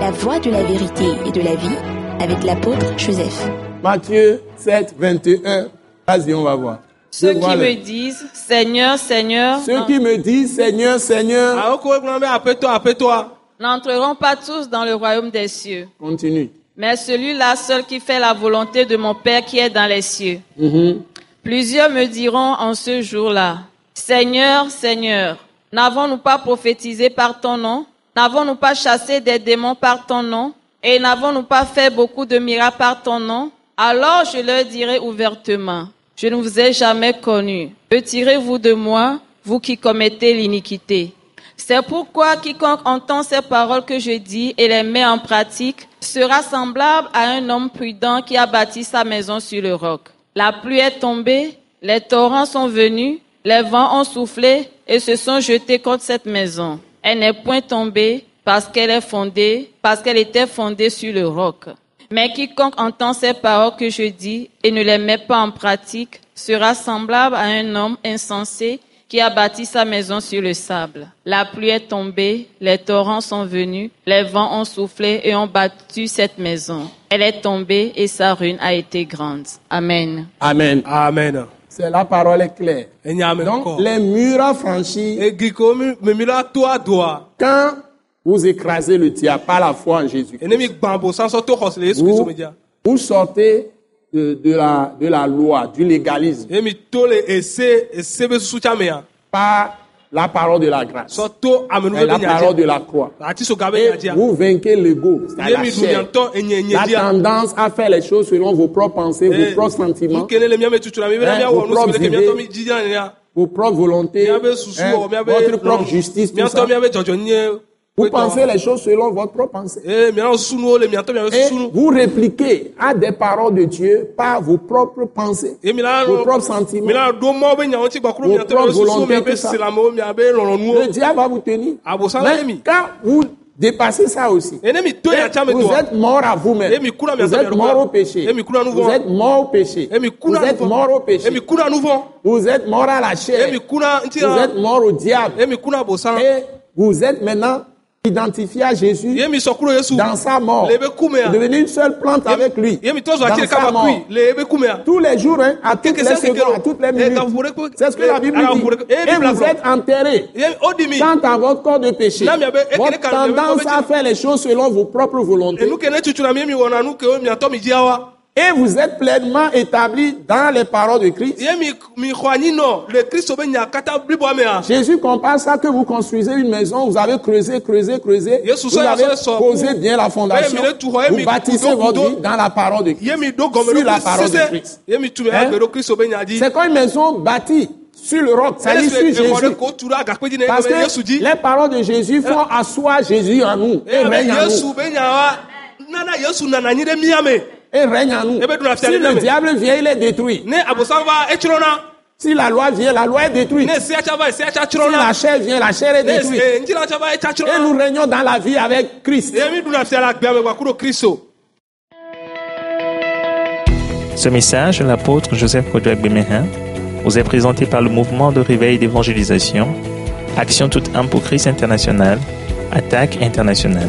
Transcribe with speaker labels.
Speaker 1: la voie de la vérité et de la vie avec l'apôtre Joseph.
Speaker 2: Matthieu 7, 21. Vas-y, on va voir.
Speaker 3: Ceux qui
Speaker 2: Devant
Speaker 3: me
Speaker 2: le-
Speaker 3: disent Seigneur, Seigneur,
Speaker 2: Ceux qui me disent Seigneur, Seigneur,
Speaker 4: Appelle-toi, appelle-toi.
Speaker 3: n'entreront pas tous dans le royaume des cieux,
Speaker 2: continue.
Speaker 3: mais celui-là seul qui fait la volonté de mon Père qui est dans les cieux.
Speaker 2: Mhm.
Speaker 3: Plusieurs me diront en ce jour-là, Seigneur, Seigneur, n'avons-nous pas prophétisé par ton nom N'avons-nous pas chassé des démons par ton nom Et n'avons-nous pas fait beaucoup de miracles par ton nom Alors je leur dirai ouvertement, je ne vous ai jamais connu. Retirez-vous de moi, vous qui commettez l'iniquité. C'est pourquoi quiconque entend ces paroles que je dis et les met en pratique sera semblable à un homme prudent qui a bâti sa maison sur le roc. La pluie est tombée, les torrents sont venus, les vents ont soufflé et se sont jetés contre cette maison. Elle n'est point tombée parce qu'elle est fondée, parce qu'elle était fondée sur le roc. Mais quiconque entend ces paroles que je dis et ne les met pas en pratique sera semblable à un homme insensé qui a bâti sa maison sur le sable. La pluie est tombée, les torrents sont venus, les vents ont soufflé et ont battu cette maison. Elle est tombée et sa ruine a été grande. Amen.
Speaker 2: Amen.
Speaker 4: Amen.
Speaker 2: C'est la parole est claire.
Speaker 4: Enyame
Speaker 2: Donc,
Speaker 4: encore.
Speaker 2: les murs à franchir,
Speaker 4: Egi komi memila toa doa.
Speaker 2: quand vous écrasez le diable par la foi en Jésus,
Speaker 4: Enemi gbambo sanso to hosle Yesu Kristo
Speaker 2: vous,
Speaker 4: media.
Speaker 2: vous sortez de, de la, de la loi, du légalisme,
Speaker 4: Emi tole ese ese be susu chame ya.
Speaker 2: par la parole de la grâce,
Speaker 4: So to amenu
Speaker 2: et
Speaker 4: be
Speaker 2: la parole de
Speaker 4: nyaje.
Speaker 2: la croix.
Speaker 4: Ati so gabe
Speaker 2: Et
Speaker 4: nyaje.
Speaker 2: vous vainquez l'ego, c'est-à-dire la
Speaker 4: Yemi du
Speaker 2: chair,
Speaker 4: nyanto enye enye
Speaker 2: la
Speaker 4: dia. Eh,
Speaker 2: tendance à faire les choses selon vos propres pensées, vos propres sentiments,
Speaker 4: Mukelele miame tutula mi be
Speaker 2: Hein,
Speaker 4: na
Speaker 2: vos
Speaker 4: miawo no
Speaker 2: propres
Speaker 4: so be
Speaker 2: idées.
Speaker 4: miato mi jidia nya.
Speaker 2: vos propres volontés,
Speaker 4: Miabe susu
Speaker 2: hein,
Speaker 4: o miabe
Speaker 2: votre propre justice, tout ça.
Speaker 4: Miato miabe jojo nye. oh.
Speaker 2: Vous pensez les choses selon votre propre pensée.
Speaker 4: Eh miato sunu le miato miabe
Speaker 2: Et
Speaker 4: sunu.
Speaker 2: vous répliquez à des paroles de Dieu par vos propres pensées,
Speaker 4: Emi la
Speaker 2: vos propres sentiments.
Speaker 4: Eh, Mila do mo be nyawo ti gbakuru
Speaker 2: Vos
Speaker 4: miato miabe
Speaker 2: propres
Speaker 4: susu
Speaker 2: volontés,
Speaker 4: miabe
Speaker 2: tout ça.
Speaker 4: selamo miabe loronu.
Speaker 2: Le diable va vous tenir.
Speaker 4: Ah, bon, ça, Eh,
Speaker 2: Mais
Speaker 4: l'ennemi.
Speaker 2: quand vous dépassez ça aussi, eh,
Speaker 4: Enemi to ya chame
Speaker 2: vous
Speaker 4: doa.
Speaker 2: êtes mort à vous-même.
Speaker 4: Emi kula mi
Speaker 2: Vous
Speaker 4: ata
Speaker 2: êtes
Speaker 4: mi
Speaker 2: mort
Speaker 4: kula.
Speaker 2: au péché.
Speaker 4: Emi kula Eh, nous Eh,
Speaker 2: Vous
Speaker 4: voir.
Speaker 2: êtes mort au péché.
Speaker 4: Emi
Speaker 2: Vous
Speaker 4: kuna
Speaker 2: êtes
Speaker 4: nouveau.
Speaker 2: mort au péché.
Speaker 4: Emi kuna nouveau.
Speaker 2: Vous êtes mort à la
Speaker 4: Eh,
Speaker 2: chair.
Speaker 4: Emi kuna
Speaker 2: Vous
Speaker 4: ntira.
Speaker 2: êtes mort Eh. au diable.
Speaker 4: Emi kuna bosan.
Speaker 2: Et vous êtes maintenant identifié à Jésus
Speaker 4: Yemi sokuro Yesu.
Speaker 2: dans sa mort.
Speaker 4: Lebe kumea.
Speaker 2: Devenir une seule plante avec lui.
Speaker 4: Yemi tozo akiri
Speaker 2: Dans sa
Speaker 4: kaba
Speaker 2: mort.
Speaker 4: kui. Lebe kumea.
Speaker 2: Tous les jours, hein, à toutes
Speaker 4: Quelque
Speaker 2: les
Speaker 4: chose que
Speaker 2: secondes,
Speaker 4: l'on-
Speaker 2: à toutes les
Speaker 4: Eh, quand vous
Speaker 2: minutes.
Speaker 4: recou-
Speaker 2: C'est ce que
Speaker 4: Eh,
Speaker 2: la Bible
Speaker 4: alors
Speaker 2: dit.
Speaker 4: vous recou- Eh,
Speaker 2: Et
Speaker 4: Bible
Speaker 2: vous
Speaker 4: blanc.
Speaker 2: êtes enterrés.
Speaker 4: Yemi odimi.
Speaker 2: Quant à votre corps de péché,
Speaker 4: Là, mais il y avait- eh,
Speaker 2: votre
Speaker 4: quelqu'un avait-
Speaker 2: tendance à faire les choses selon vos propres volontés,
Speaker 4: Enu kene tutula mi mi wona nu ke mi ato mi jiawa.
Speaker 2: et vous êtes pleinement établi dans les paroles de Christ.
Speaker 4: Yemi mi khwani no. Le Christ obe nya kata blibo amea.
Speaker 2: Jésus compare ça que vous construisez une maison, vous avez creusé, creusé, creusé,
Speaker 4: Yes, sous
Speaker 2: vous
Speaker 4: ça,
Speaker 2: avez
Speaker 4: ça, ça,
Speaker 2: posé
Speaker 4: ça.
Speaker 2: bien la fondation,
Speaker 4: Eh, mais le tout, eh,
Speaker 2: vous
Speaker 4: mais
Speaker 2: bâtissez
Speaker 4: couteau,
Speaker 2: votre
Speaker 4: couteau.
Speaker 2: vie dans la parole de Christ,
Speaker 4: Yemi do
Speaker 2: sur
Speaker 4: gomelo
Speaker 2: la parole de
Speaker 4: Christ.
Speaker 2: Christ.
Speaker 4: Yemi tume
Speaker 2: Hein?
Speaker 4: agbero Christ obe nya di.
Speaker 2: C'est comme une maison bâtie sur le roc, ça dit
Speaker 4: Yesu
Speaker 2: sur
Speaker 4: e- e-
Speaker 2: Jésus.
Speaker 4: wode ko tura agakpe di na
Speaker 2: Parce
Speaker 4: ebe Eh ben, Yesu
Speaker 2: que
Speaker 4: di.
Speaker 2: les paroles de Jésus font asseoir Jésus en nous et
Speaker 4: Eh, mais
Speaker 2: règne en
Speaker 4: Yesu
Speaker 2: nous.
Speaker 4: be nya wa. Nana Yesu nana nyi de miame.
Speaker 2: Et règne en nous.
Speaker 4: Eh ben, nous la
Speaker 2: Si
Speaker 4: fermons,
Speaker 2: le
Speaker 4: mais-
Speaker 2: diable vient, il est détruit.
Speaker 4: Ne abosan va etrona.
Speaker 2: Si la loi vient, la loi est détruite.
Speaker 4: Ne siacha va siacha
Speaker 2: Si la
Speaker 4: trona.
Speaker 2: chair vient, la chair est détruite.
Speaker 4: Ne eh, njira chava echa
Speaker 2: Et
Speaker 4: trona.
Speaker 2: nous régnons dans la vie avec Christ.
Speaker 4: Yemi duna fiala gbe wa kuro Christo.
Speaker 5: Ce message, de l'apôtre Joseph Kodouak Bemehin, vous est présenté par le mouvement de réveil d'évangélisation, Action toute âme pour Christ international, Attaque internationale.